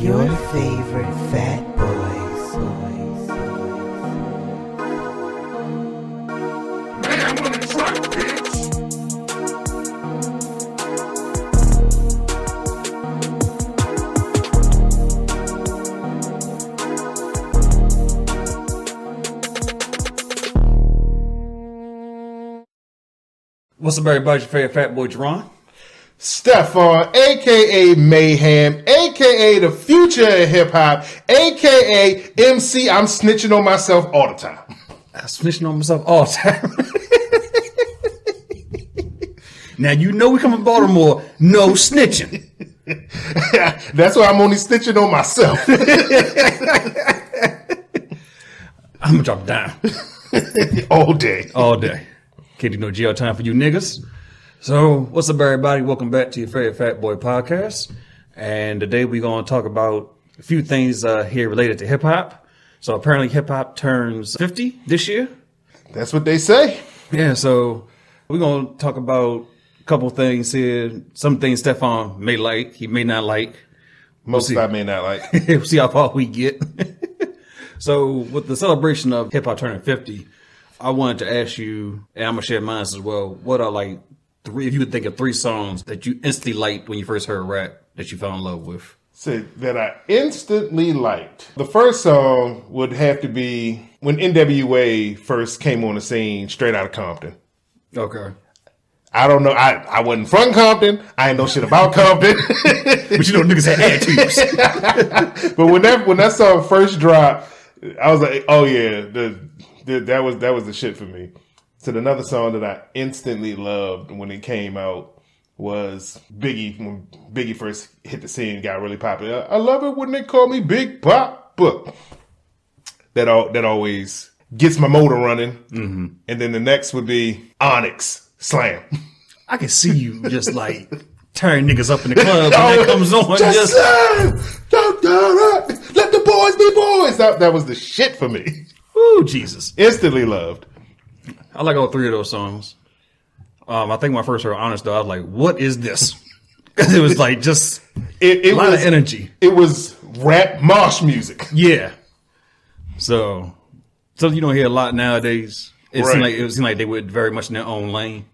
Your favorite fat boys. boys. What's up, everybody? It's your favorite fat boy, Jerron. Stefan, aka Mayhem, aka the future of hip hop, aka MC. I'm snitching on myself all the time. I'm snitching on myself all the time. now, you know we come from Baltimore. No snitching. That's why I'm only snitching on myself. I'm going to drop a dime all day. all day. Can't do no jail time for you niggas. So, what's up, everybody? Welcome back to your favorite fat boy podcast. And today we're going to talk about a few things uh, here related to hip hop. So, apparently, hip hop turns 50 this year. That's what they say. Yeah, so we're gonna talk about a couple things here. Some things Stefan may like, he may not like. Most see. I may not like. we'll see how far we get. so with the celebration of hip hop turning fifty, I wanted to ask you, and I'm gonna share mine as well, what are like three if you could think of three songs that you instantly liked when you first heard rap that you fell in love with. Said that I instantly liked. The first song would have to be when NWA first came on the scene, straight out of Compton. Okay. I don't know. I, I wasn't from Compton. I ain't know shit about Compton. But you know niggas had attitudes. But when that when that song first dropped, I was like, "Oh yeah, the, the that was that was the shit for me." So another song that I instantly loved when it came out was Biggie. When Biggie first hit the scene, got really popular. I love it when they call me Big Papa. That all that always gets my motor running. Mm-hmm. And then the next would be Onyx Slam. I can see you just like tearing niggas up in the club when that comes on. Just just- slam! Don't do it! Let the boys be boys. That, that was the shit for me. Ooh, Jesus. Instantly loved. I like all three of those songs. Um, I think when I first heard Honest, though, I was like, what is this? 'Cause it was like just It, it a lot was of energy. it was rap marsh music. Yeah. So, so you don't hear a lot nowadays. It Right. seemed like it seemed like they were very much in their own lane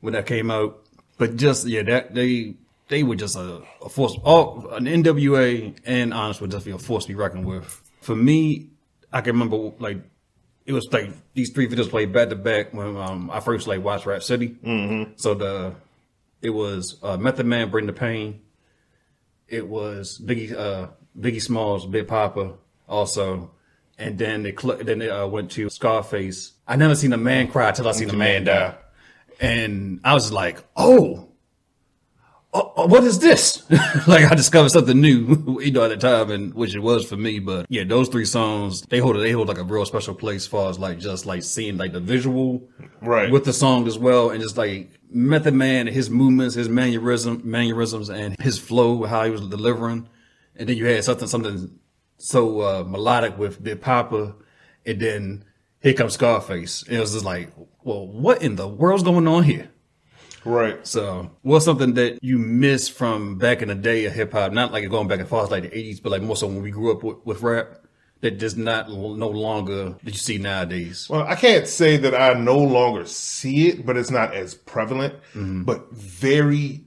when that came out. But just yeah, that they they were just a, a force. All an NWA and Honest would just be a force to be reckoned with. For me, I can remember like it was like these three videos played back to back when um, I first like watched Rap City. Mm-hmm. So the it was uh, Method Man, Bring the Pain. It was Biggie, uh, Biggie Smalls, Big Papa, also, and then they cl- then they uh, went to Scarface. I never seen a man cry till I seen a man die, and I was like, oh. oh, oh, What is this? like I discovered something new, you know, at the time, and which it was for me. But yeah, those three songs they hold they hold like a real special place, as far as like just like seeing like the visual, Right. with the song as well, and just like Method Man, his movements, his mannerism, mannerisms, and his flow, how he was delivering, and then you had something something so uh, melodic with Big Papa, and then here comes Scarface. It was just like, well, what in the world's going on here? Right. So, what's something that you miss from back in the day of hip hop? Not like going back and forth like the '80s, but like more so when we grew up with, with rap. That does not no longer that you see nowadays. Well, I can't say that I no longer see it, but it's not as prevalent. Mm-hmm. But very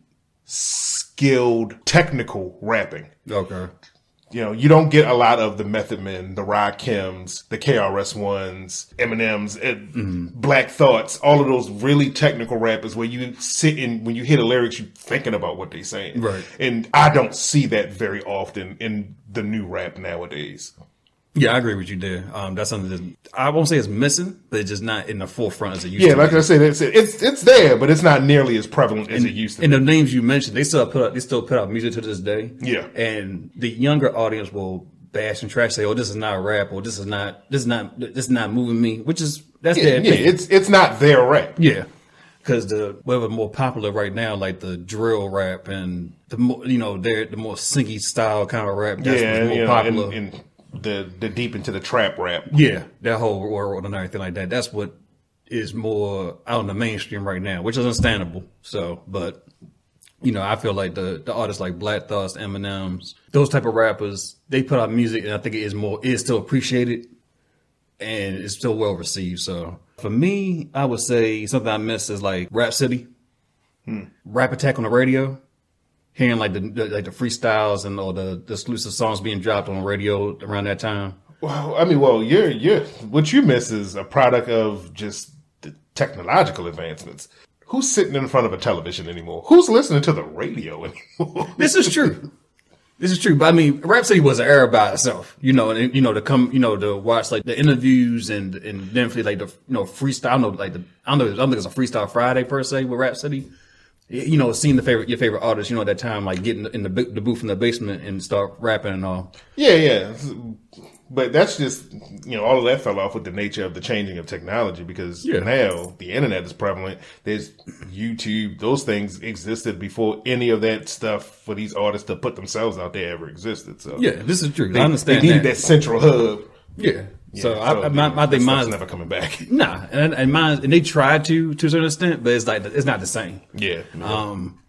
skilled technical rapping. Okay. You know, you don't get a lot of the Method Men, the Rod Kims, the KRS Ones, Eminems, and eh, Black Thoughts. All of those really technical rappers where you sit and when you hear the lyrics, you're thinking about what they're saying. Right. And I don't see that very often in the new rap nowadays. Yeah, I agree with you there. Um, that's something that I won't say it's missing, but it's just not in the forefront as it used Yeah, to. like be. I said, it's it's it's there, but it's not nearly as prevalent as it used to. and be. the names you mentioned, they still put out, they still put out music to this day. Yeah. and the younger audience will bash and trash say, "Oh, this is not rap," or "This is not this is not this is not moving me," which is that's Yeah, their yeah, opinion. it's it's not their rap. Yeah, because the whatever more popular right now, like the drill rap and the more you know, they're the more singy style kind of rap. That's yeah, what's more you know, and, popular. and the the deep into the trap rap. Yeah, that whole world and everything like that. That's what is more out in the mainstream right now, which is understandable. So, but you know, I feel like the the artists like Black Thoughts, Eminem's, those type of rappers, they put out music, and I think it is more is still appreciated, and it's still well received. So for me, I would say something I miss is like Rap City, Rap Attack on the radio, hearing like the, the like the freestyles and all the, the exclusive songs being dropped on the radio around that time. Well, I mean, well, you're you're what you miss is a product of just the technological advancements. Who's sitting in front of a television anymore? Who's listening to the radio anymore? This is true. This is true. But I mean, Rap City was an era by itself, you know, and you know, to come, you know, to watch like the interviews and, and then for, like the, you know, freestyle, I don't know, like the, I don't know, I don't think it's a freestyle Friday per se with Rap City. Y- You know, seeing the favorite, your favorite artist, you know, at that time, like getting in the, bo- the booth in the basement and start rapping and all. yeah, yeah. But that's just you know all of that fell off with the nature of the changing of technology because Yeah. now the internet is prevalent. There's YouTube; those things existed before any of that stuff for these artists to put themselves out there ever existed. So Yeah, this is true. they, I understand they needed that. that. central hub. Yeah. So, Yeah, I, I, my, I that think stuff's mine's, never coming back. nah, and, and mine, and they tried to, to a certain extent, but it's like, it's not the same. Yeah. um,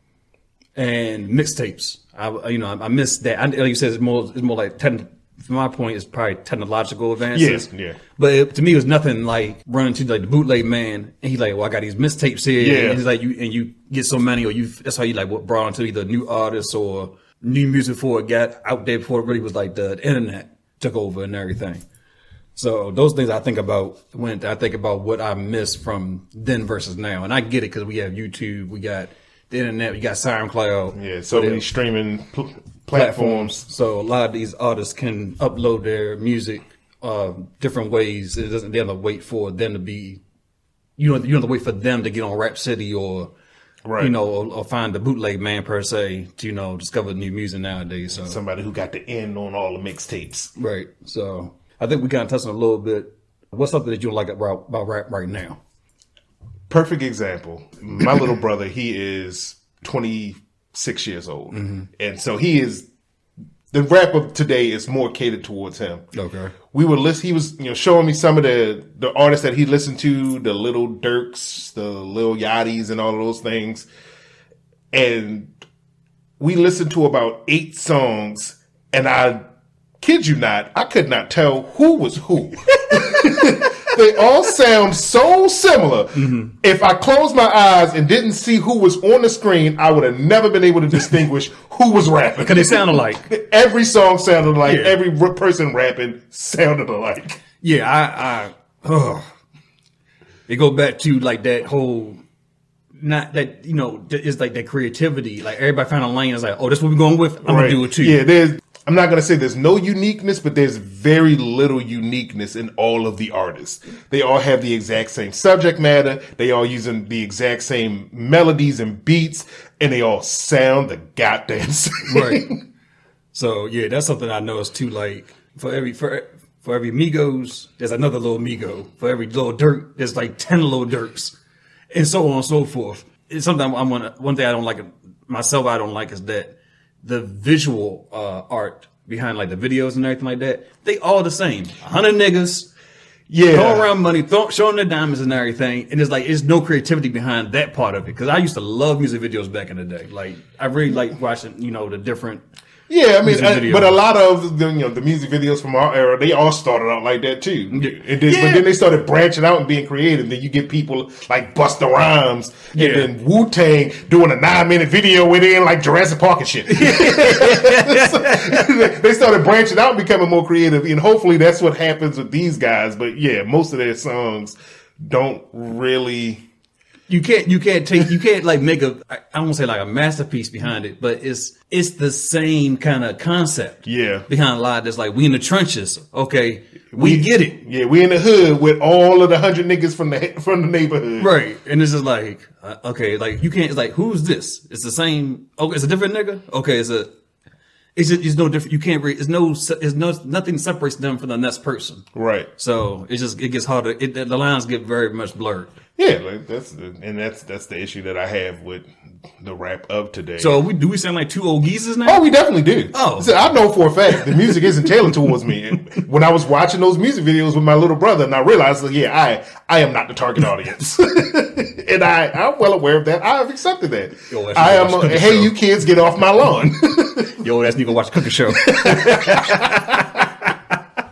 and mixtapes. I you know I, I miss that. I, like you said, it's more it's more like ten. From my point, it's probably technological advances. Yeah, yeah. But it, to me, it was nothing like running to like the bootleg man, and he's like, "Well, I got these mistapes here." Yeah. And he's like, "You and you get so many, or you that's how you like what brought onto either new artists or new music before it got out there before it really was like the, the internet took over and everything." So those things I think about when I think about what I miss from then versus now, and I get it because we have YouTube, we got the internet, we got SoundCloud, yeah, so many streaming pl- platforms. So a lot of these artists can upload their music uh, different ways. It doesn't they don't have to wait for them to be, you know, you don't have to wait for them to get on Rap City or. Right. You know, or, or find the bootleg man per se to you know discover new music nowadays. So Somebody who got the end on all the mixtapes. Right. So I think we kind of touched on it a little bit. What's something that you like about, about rap right now? Perfect example. My little brother, he is 26 years old. And so he is, the rap of today is more catered towards him. Okay. We were list. He was, you know, showing me some of the the artists that he listened to, the Little Dirks, the Lil Yachty's, and all of those things. And we listened to about eight songs, and I kid you not, I could not tell who was who. they all sound so similar. Mm-hmm. If I closed my eyes and didn't see who was on the screen, I would have never been able to distinguish who was rapping. Because they sound alike. Every song sounded like Yeah. every r- person rapping sounded alike. Yeah, I, I, ugh. They go back to like that whole, not that, you know, th- it's like that creativity. Like everybody found a lane. It's like, oh, that's what we're going with. I'm going to do it too. Yeah, there's. I'm not gonna say there's no uniqueness, but there's very little uniqueness in all of the artists. They all have the exact same subject matter. They all using the exact same melodies and beats, and they all sound the goddamn same. Right. so yeah, that's something I noticed too. Like for every, for, for every Migos, there's another little Migo. For every little Dirk, there's like 10 little Dirks. and so on and so forth. It's something I'm gonna, one thing I don't like myself. I don't like is that the visual uh, art behind like the videos and everything like that. They all the same. Hundred niggas Yeah, throwing around money, throw, showing their diamonds and everything. And it's like it's no creativity behind that part of it. Because I used to love music videos back in the day. Like I really like watching, you know, the different. yeah. I mean, Music uh, videos. but a lot of the, you know the music videos from our era, they all started out like that too. And then, Yeah. But then they started branching out and being creative. Then you get people like Busta Rhymes Yeah. and then Wu Tang doing a nine minute video with in like Jurassic Park and shit. they started branching out and becoming more creative, and hopefully that's what happens with these guys. But yeah, most of their songs don't really. You can't, you can't take, you can't like make a. I, I won't say like a masterpiece behind it, but it's it's the same kind of concept. Yeah. behind a lot that's like we in the trenches. Okay, we, get it Yeah, we in the hood with all of the hundred niggas from the from the neighborhood. right, and this is like uh, okay, like you can't. It's like who's this? It's the same. Okay, it's a different nigga. Okay, it's a. It's, just, it's no different. You can't. Re, it's no. se- It's no. Nothing separates them from the next person. Right. So it just it gets harder. It, the lines get very much blurred. Yeah, like that's the, and that's that's the issue that I have with the wrap up today. So we do we sound like two old geezers now? Oh, we definitely do. Oh. So I know for a fact the music isn't tailored towards me. And when I was watching those music videos with my little brother, and I realized, like, yeah, I I am not the target audience, and I I'm well aware of that. I have accepted that. Yo, that's I your am. watch A, cooking hey, show. you kids, get off my lawn. Yo, that's Nico watch the cooking show.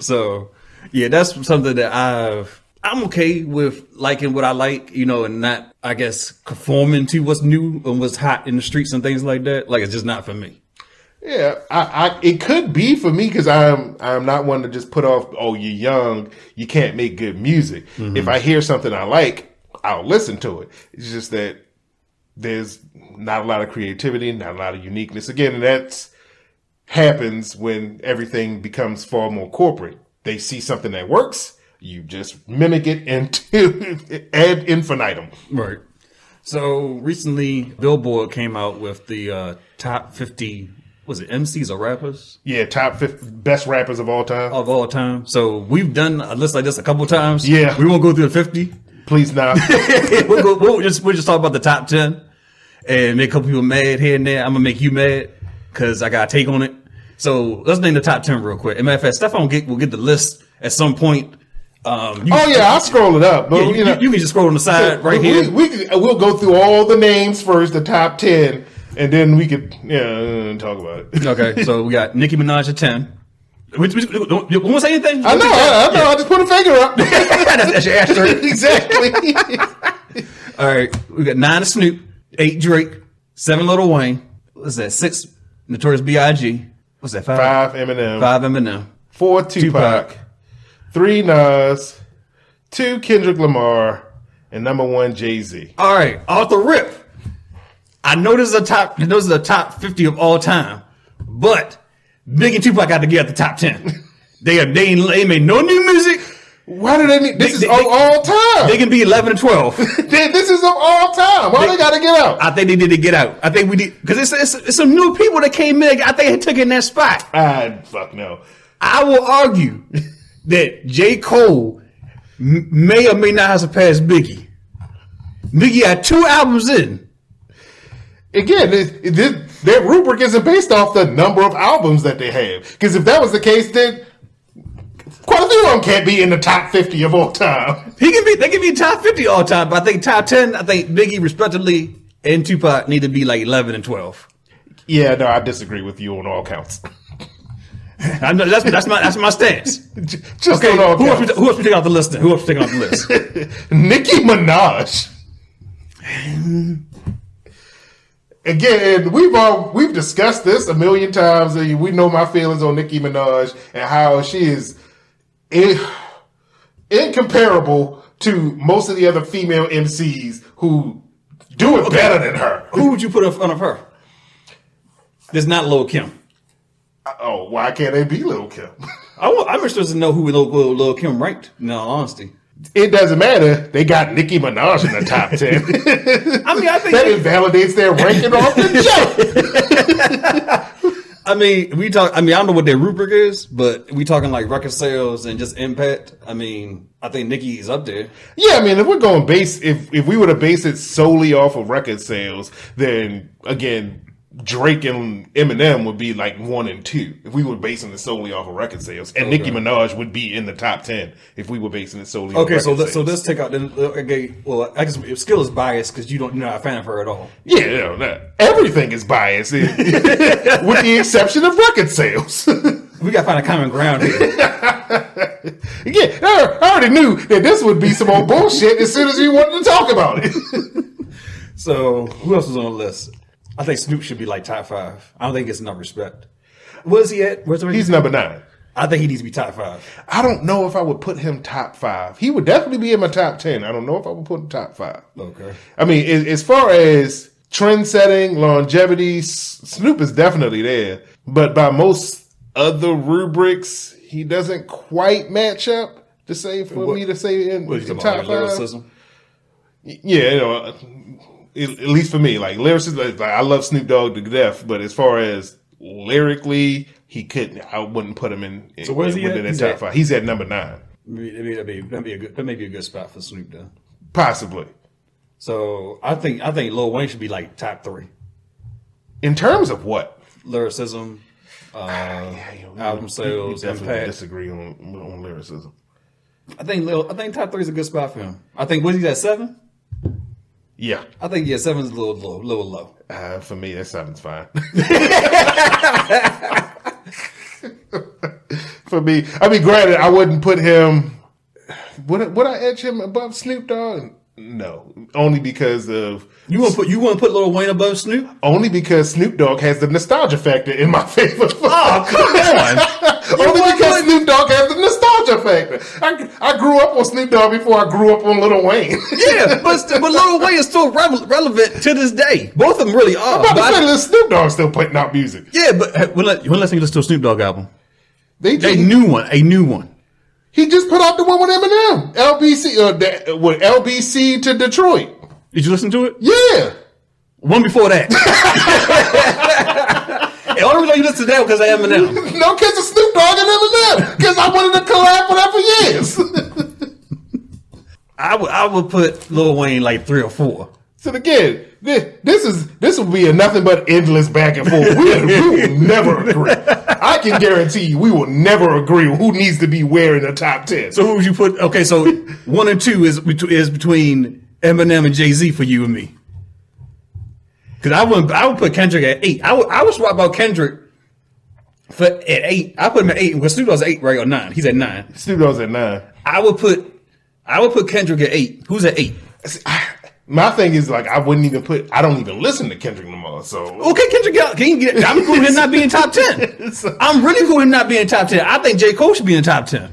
so, yeah, that's something that I've. I'm okay with liking what I like, you know, and not, I guess, conforming to what's new and what's hot in the streets and things like that. Like, it's just not for me. Yeah, I, I it could be for me because I'm I'm not one to just put off. Oh, you're young, you can't make good music. Mm-hmm. If I hear something I like, I'll listen to it. It's just that there's not a lot of creativity, not a lot of uniqueness. Again, and that's happens when everything becomes far more corporate. They see something that works, you just mimic it into ad infinitum. Right. So recently, Billboard came out with the uh, top 50. Was it MCs or rappers Yeah, top 50 best rappers of all time. of all time? So we've done a list like this a couple times. Yeah. we won't go through the fifty. Please now. we'll, go, we'll just we'll just talk about the top ten and make a couple people mad here and there. I'm gonna make you mad because I got a take on it. So let's name the top ten real quick. And matter of fact, Stefan get will get the list at some point. Um, you, oh yeah, I'll scroll it up. But yeah, you, you know, you can just scroll on the side Uh, right we, here. We, we, we'll go through all the names first, the top 10, and then we could yeah, uh, talk about it. Okay, so we got Nicki Minaj at ten. We, we, we, don't, you won't say anything. I know, I, I know. I just put a finger up. that's, that's your asterisk. exactly. All right, we got nine Snoop, eight Drake, seven Little Wayne. What's that? Six Notorious B.I.G. What's that? Five. Five Eminem, Five Eminem. four Tupac, Tupac. three Nas, two Kendrick Lamar, and number one Jay Z. All right, off the rip. I know this is a top. I know this is a top fifty of all time, but Big and Tupac got to get at the top ten. They are they, ain't, they made no new music. Why do they need? This is They- of they- all time. They can be eleven and twelve. this is of all time. Why they, They- gotta get out? I think they need to get out. I think we need because it's, it's it's some new people that came in. I think they took in that spot. I fuck no. I will argue that J. Cole m- may or may not have surpassed Biggie. Biggie had two albums in. again, it, it, this, their rubric isn't based off the number of albums that they have. Because if that was the case, then quite a few of them can't be in the top 50 of all time. He can be they can be top fifty all time, but I think top ten, I think Biggie respectively and Tupac need to be like eleven and twelve. Yeah, no, I disagree with you on all counts. I know that's that's my that's my stance. J- Just Okay, on all who else, we, counts. who else we taking off the list? Then? Who else we taking off the list? Nicki Minaj. Again, we've all we've discussed this a million times. and We know my feelings on Nicki Minaj and how she is in- incomparable to most of the other female MCs who do it better than her. Who would you put in front of her? That's not Lil Kim. Oh, why can't they be Lil Kim? I want, I'm interested to know who Lil, Lil, Lil Kim ranked. In all honesty, It doesn't matter. They got Nicki Minaj in the top ten. I mean, I think that invalidates their ranking off the jump. I mean, we talk. I mean, I don't know what their rubric is, but we talking like record sales and just impact. I mean, I think Nicki is up there. Yeah, I mean, if we're going base, if if we were to base it solely off of record sales, then again, Drake and Eminem would be like one and two. If we were basing it solely off of record sales, and Nicki Minaj would be in the top ten if we were basing it solely. Okay, on so record let, so sales. let's take out the okay. Well, I guess skill is biased because you don't you're not a fan of her at all. yeah, you know, that- everything is biased, with the exception of record sales. We gotta find a common ground here. Again, I I already knew that this would be some old bullshit as soon as we wanted to talk about it. so who else is on the list? I think Snoop should be like top five. I don't think it's enough respect. Where's he at? Where's the He's number nine. I think he needs to be top five. I don't know if I would put him top five. He would definitely be in my top ten. I don't know if I would put him top five. Okay. I mean, as, as far as trend setting, longevity, S- Snoop is definitely there. But by most other rubrics, he doesn't quite match up to say for me to say in, What are you in talking top about? Like five. lyricism. Yeah, you know, uh, at at least for me, like lyricism, like, like, I love Snoop Dogg to death, but as far as lyrically, he couldn't. I wouldn't put him in. in where's he at? within that He's top at- five. He's at number nine. Maybe that'd be that'd be a good that may be a good spot for Snoop though. possibly So I think I think Lil Wayne should be like top three. in terms of what. Lyricism, uh, album sales, definitely impact. disagree on, on lyricism. I think Lil, I think top three is a good spot for him. I think was he at seven? Yeah, I think yeah, seven's a little low, little low. uh, for me that sounds fine. for me, I mean, granted, I wouldn't put him. Would I, would I edge him above Snoop Dogg? No, only because of You want to put you want to put Lil Wayne above Snoop? only because Snoop Dogg has the nostalgia factor in my favor. Oh come on! Only want because to- Snoop Dogg has the nostalgia factor. I, I grew up on Snoop Dogg before I grew up on Little Wayne. yeah, but st- but Lil Wayne is still revel- relevant to this day. Both of them really are. I'm but about to I- say, Lil Snoop Dogg's still putting out music. yeah, but when last, when last time you listened to a Snoop Dogg album? They, A just, new one, a new one. he just put out the one with Eminem, LBC, uh, that, with LBC to Detroit. Did you listen to it? Yeah, One before that. and only reason you listen to that because of Eminem. no kids of Snoop Dogg and Eminem because I wanted to collab with that for years. I would I would put Lil Wayne like three or four. so again, this, this is this will be a nothing but endless back and forth. We, we will never agree. I can guarantee you, we will never agree who needs to be where in the top ten. So who would you put? Okay, so one and two is bet- is between Eminem and Jay Z for you and me. Because I would I would put Kendrick at eight. I would I would swap out Kendrick for at eight. I put him at eight. Well, Snoop Dogg's at eight, right or nine? He's at nine. Snoop Dogg's at nine. I would put I would put Kendrick at eight. Who's at eight? My thing is like I wouldn't even put. I don't even listen to Kendrick Lamar. So Okay, Kendrick, Gal- can you get it? I'm cool with him not being top ten. I'm really cool with him not being top ten. I think J Cole should be in the top ten.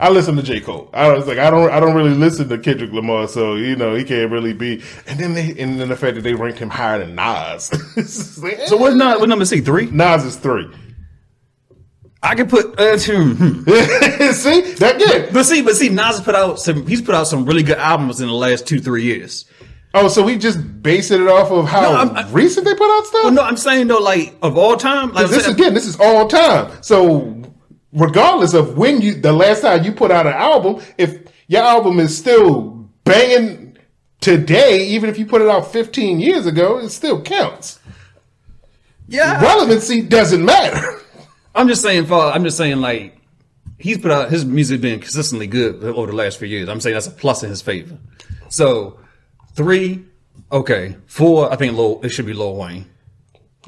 I listen to J Cole. I was like I don't. I don't really listen to Kendrick Lamar. So you know he can't really be. And then they and then the fact that they ranked him higher than Nas. It's like, eh. So what's not what number C three? Nas is three. I could put uh, two. hmm. See that good. But see, but see, Nas has put out some. He's put out some really good albums in the last two, three years. Oh, so we just basing it off of how No, I'm- I- recent they put out stuff. But no, I'm saying though, like of all time, like I'm this saying- again, this is all time. So regardless of when you the last time you put out an album, if your album is still banging today, even if you put it out 15 years ago, it still counts. yeah. Relevancy doesn't matter. I'm just saying, for I'm just saying, like he's put out his music been consistently good over the last few years. I'm saying that's a plus in his favor. So three, okay, four. I think Lil, it should be Lil Wayne.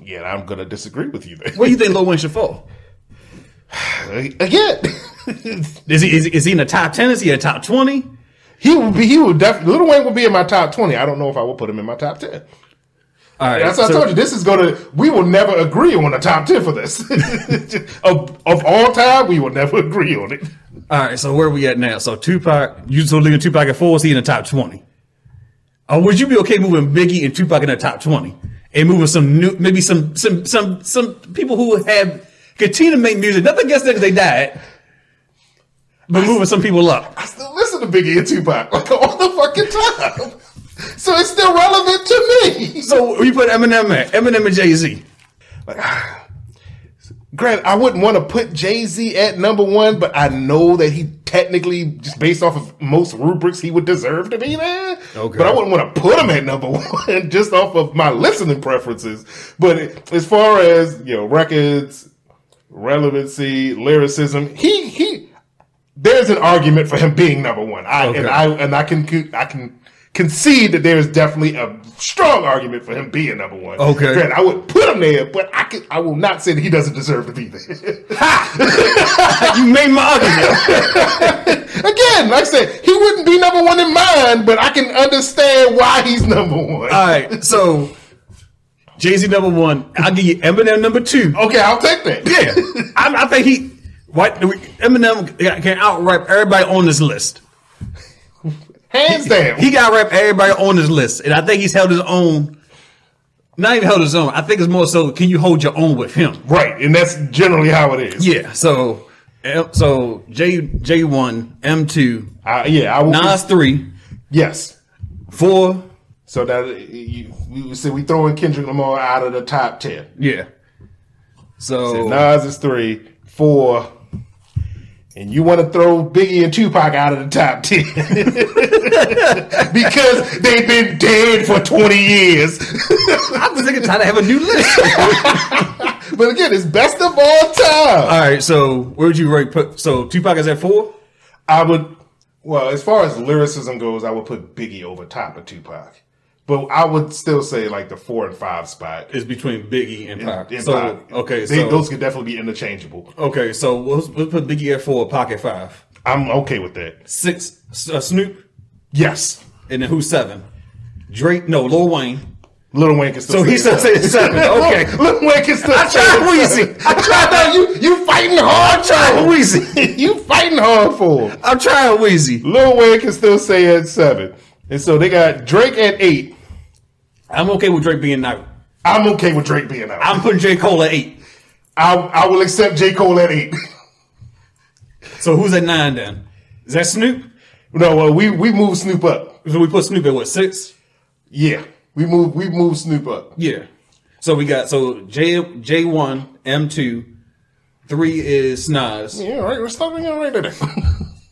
Yeah, I'm gonna disagree with you there. Where do you think Lil Wayne should fall? Again, Is he is, he- is he in the top ten? Is he in the top twenty? he will be. He will definitely. Little Wayne will be in my top twenty. I don't know if I will put him in my top ten. All right, That's what I so- told you. This is gonna. We will never agree on the top ten for this. of, of all time, we will never agree on it. All right, so where are we at now? So Tupac, you so leaving Tupac at four, is he in the top twenty? Or would you be okay moving Biggie and Tupac in the top twenty and moving some new, maybe some some some some people who have continue to make music? Nothing against them 'cause they died, but moving some people up. I still listen to Biggie and Tupac like all the fucking time. So it's still relevant to me. So you put Eminem at Eminem and Jay Z. Grant, I wouldn't want to put Jay Z at number one, but I know that he technically, just based off of most rubrics, he would deserve to be there. Okay. But I wouldn't want to put him at number one just off of my listening preferences. But as far as you know, records, relevancy, lyricism, he he, there's an argument for him being number one. I and Okay. I and I can con- I can concede that there is definitely a strong argument for him being number one. Okay. Granted, I would put him there, but I could, I will not say that he doesn't deserve to be there. you made my argument. Again, like I said, he wouldn't be number one in mine, but I can understand why he's number one. All right, so Jay Z number one. I'll give you Eminem number two. okay, I'll take that. Yeah, I, I think he. What Eminem got- can out rap everybody on this list. Hands down. He got rap everybody on this list, and I think he's held his own. Not even held his own. I think it's more so. Can you hold your own with him? right, and that's generally how it is. Yeah. So, L- so J J one M two I, yeah, I will. Nas three Yes. four So that you, you see, we throwing Kendrick Lamar out of the top ten. yeah. So Nas is three, four, and you want to throw Biggie and Tupac out of the top 10 because they've been dead for 20 years. I'm just thinking trying to have a new list. but again, it's best of all time. All right, so where would you rate? Put so Tupac is at four. I would, well, as far as lyricism goes, I would put Biggie over top of Tupac. But I would still say like the four and five spot. It's between Biggie and Pac. in so Pac. okay, They- so those could definitely be interchangeable. okay, so let's, let's put Biggie at four, Pac at five, I'm okay with that. six S- uh, Snoop, Yes, and then who's seven? Drake? No, Lil Wayne. Little Wayne can still. So he still say said seven. Okay. Little Wayne can still. I say tried it. Wheezy. I tried. No, you you fighting hard. tried Wheezy. you fighting hard for. him. I'm trying Wheezy. Lil Wayne can still say at seven, and so they got Drake at eight. I'm okay with Drake being out. I'm okay with Drake being out. I'm putting J Cole at eight. I I will accept J Cole at eight. So who's at nine then? Is that Snoop? no, well, we we move Snoop up. So we put Snoop at what six? Yeah, we move we move Snoop up. Yeah. So we got so J J one M two, three is Nas. Yeah, all right. We're starting all right there.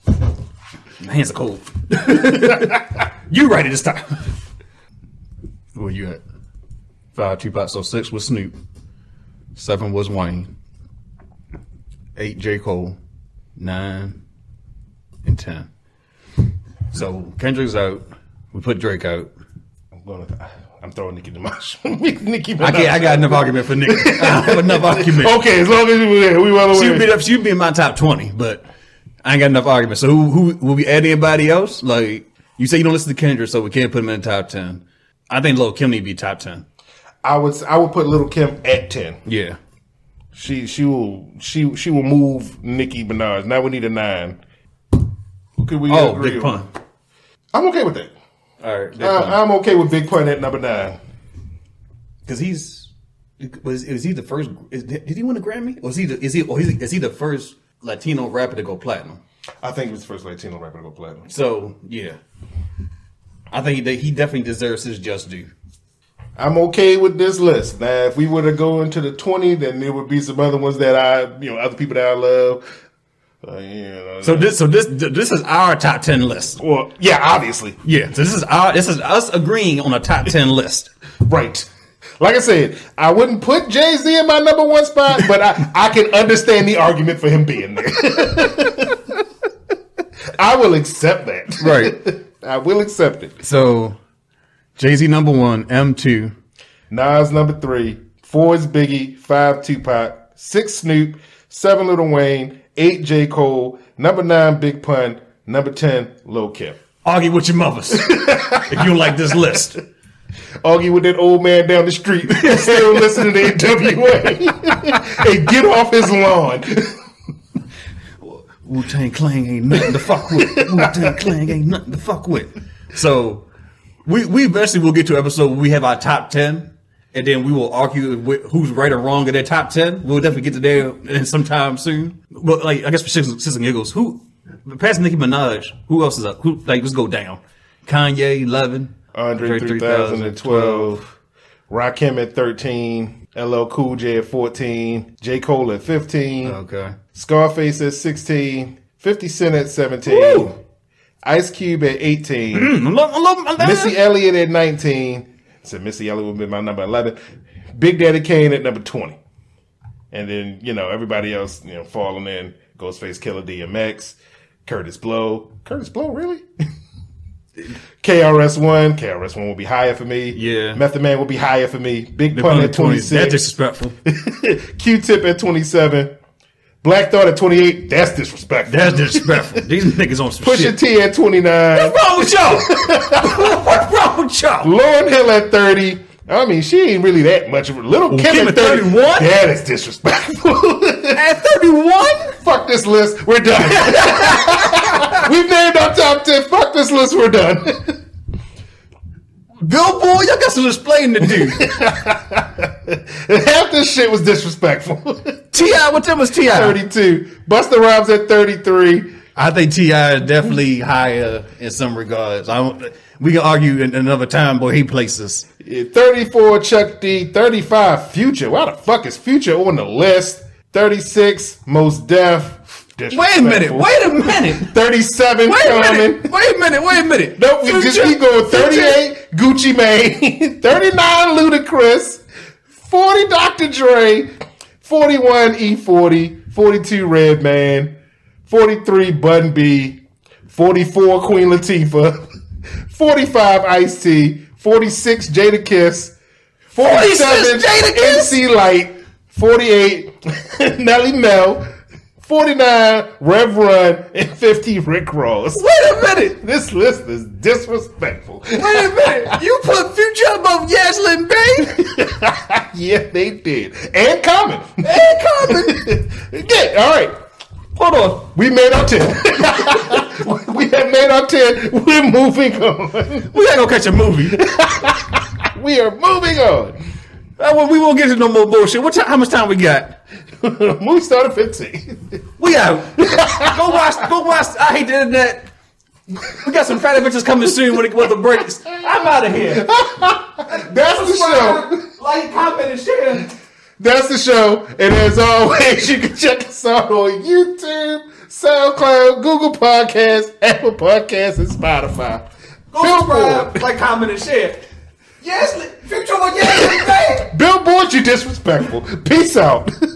My hands are cold. you right it this time. Where you at? Five Tupac. So six was Snoop. Seven was Wayne. Eight J Cole. Nine and ten. So Kendrick's out. We put Drake out. I'm gonna. I'm throwing Nicki Minaj. Nicki Minaj. I can't. I got enough argument for Nick. I have enough argument. Okay, as long as you yeah, we well She'd be aware. up. She'd be in my top twenty, but I ain't got enough argument. So who, who will we add anybody else? Like you say, you don't listen to Kendrick, so we can't put him in the top ten. I think Lil Kim need to be top ten. I would I would put Little Kim at ten. Yeah, She she will she she will move Nicki Minaj. Now we need a nine. Who could we Oh, agree big on? pun. I'm okay with that. All right, big I, I'm okay with Big Pun at number nine. Because he's was is he the first? Is, did he win a Grammy? Or is he the, is he or is he, is he the first Latino rapper to go platinum? I think he was the first Latino rapper to go platinum. So yeah, I think that he definitely deserves his just due. I'm okay with this list. Now, if we were to go into the 20, then there would be some other ones that I, you know, other people that I love. Uh, you know, So this so this this is our top ten list. well, yeah, obviously. Yeah, so this is our this is us agreeing on a top ten list. Right. Like I said, I wouldn't put Jay Z in my number one spot, but I, I can understand the argument for him being there. I will accept that. Right. I will accept it. So Jay Z number one, M two. Nas number three, four is Biggie, five Tupac, six Snoop, seven Little Wayne, eight J Cole, number nine Big Pun, number ten Lil Kim. Argue with your mothers if you don't like this list. Argue with that old man down the street, still listening to NWA, and get off his lawn. Wu Tang Clan ain't nothing to fuck with. Wu Tang Clan ain't nothing to fuck with. So we we eventually will get to an episode where we have our top ten, and then we will argue with who's right or wrong in their top ten. We'll definitely get to there in sometime soon. But like I guess for six, six and giggles, who past Nicki Minaj, who else is up? Who like let's go down? Kanye, Levin, Andre 3012, Rakim at 13, LL Cool J at 14, J. Cole at 15, Okay. Scarface at 16, 50 Cent at 17, Woo! Ice Cube at 18, I love, I love, I love Missy Elliott at 19. So Missy Elliott would be my number 11. Big Daddy Kane at number 20. And then, you know, everybody else, you know, falling in Ghostface Killer DMX, Curtis Blow. Curtis Blow, really? KRS1. KRS1 will be higher for me. Yeah. Method Man will be higher for me. Big Pun That's at 26. disrespectful. Q Tip at 27. Black Thought at 28. That's disrespectful. That's disrespectful. These niggas on some Pusha shit. T at 29. What's wrong with y'all? What's wrong with y'all? Lauren Hill at 30. I mean, she ain't really that much of a little Kim, Kim at at 31. 31? That is disrespectful. At 31? Fuck this list. We're done. We've named our top 10. Fuck this list. We're done. Billboard, y'all got some explaining to do. Half this shit was disrespectful. T.I., what time was T.I.? 32. Buster Rhymes at 33. I think T.I. is definitely higher in some regards. I don't, we can argue in another time, but he places. Yeah, 34, Chuck D. 35, Future. Why the fuck is Future on the list? 36, Most Def. Wait a minute. Wait a minute. 37 Wait a coming. minute. Wait a minute. Wait a minute. Nope, we just Future- keep going. Future- 38 Gucci Mane, 39 Ludacris, 40 Dr. Dre, 41 E40, 42 Redman, 43 Bun B, 44 Queen Latifah, 45 Ice T, 46 Jada Kiss, 47 46 Jada Kiss? MC Light, 48 Nelly Mel, 49 Rev Run, and 50 Rick Ross. Wait a minute. This list is disrespectful. Wait a minute. You put Future above Yaslin Bay yeah, they did. And common. and Common. yeah, all right. Hold on. We made our 10. we have made our 10. We're moving on. We ain't gonna catch a movie. We are moving on. Uh, well, we won't get into no more bullshit. What ti how much time we got? Movie started 15. We out. go watch. Go watch. I hate the internet. We got some fat adventures coming soon when it with the breaks. I'm out of here. That's the show. Like, comment, and share. That's the show. And as always, you can check us out on YouTube, SoundCloud, Google Podcasts, Apple Podcasts, and Spotify. Go subscribe. Billboard. Like, comment, and share. Yes, future one. Yes, man. Billboard, you disrespectful. Peace out.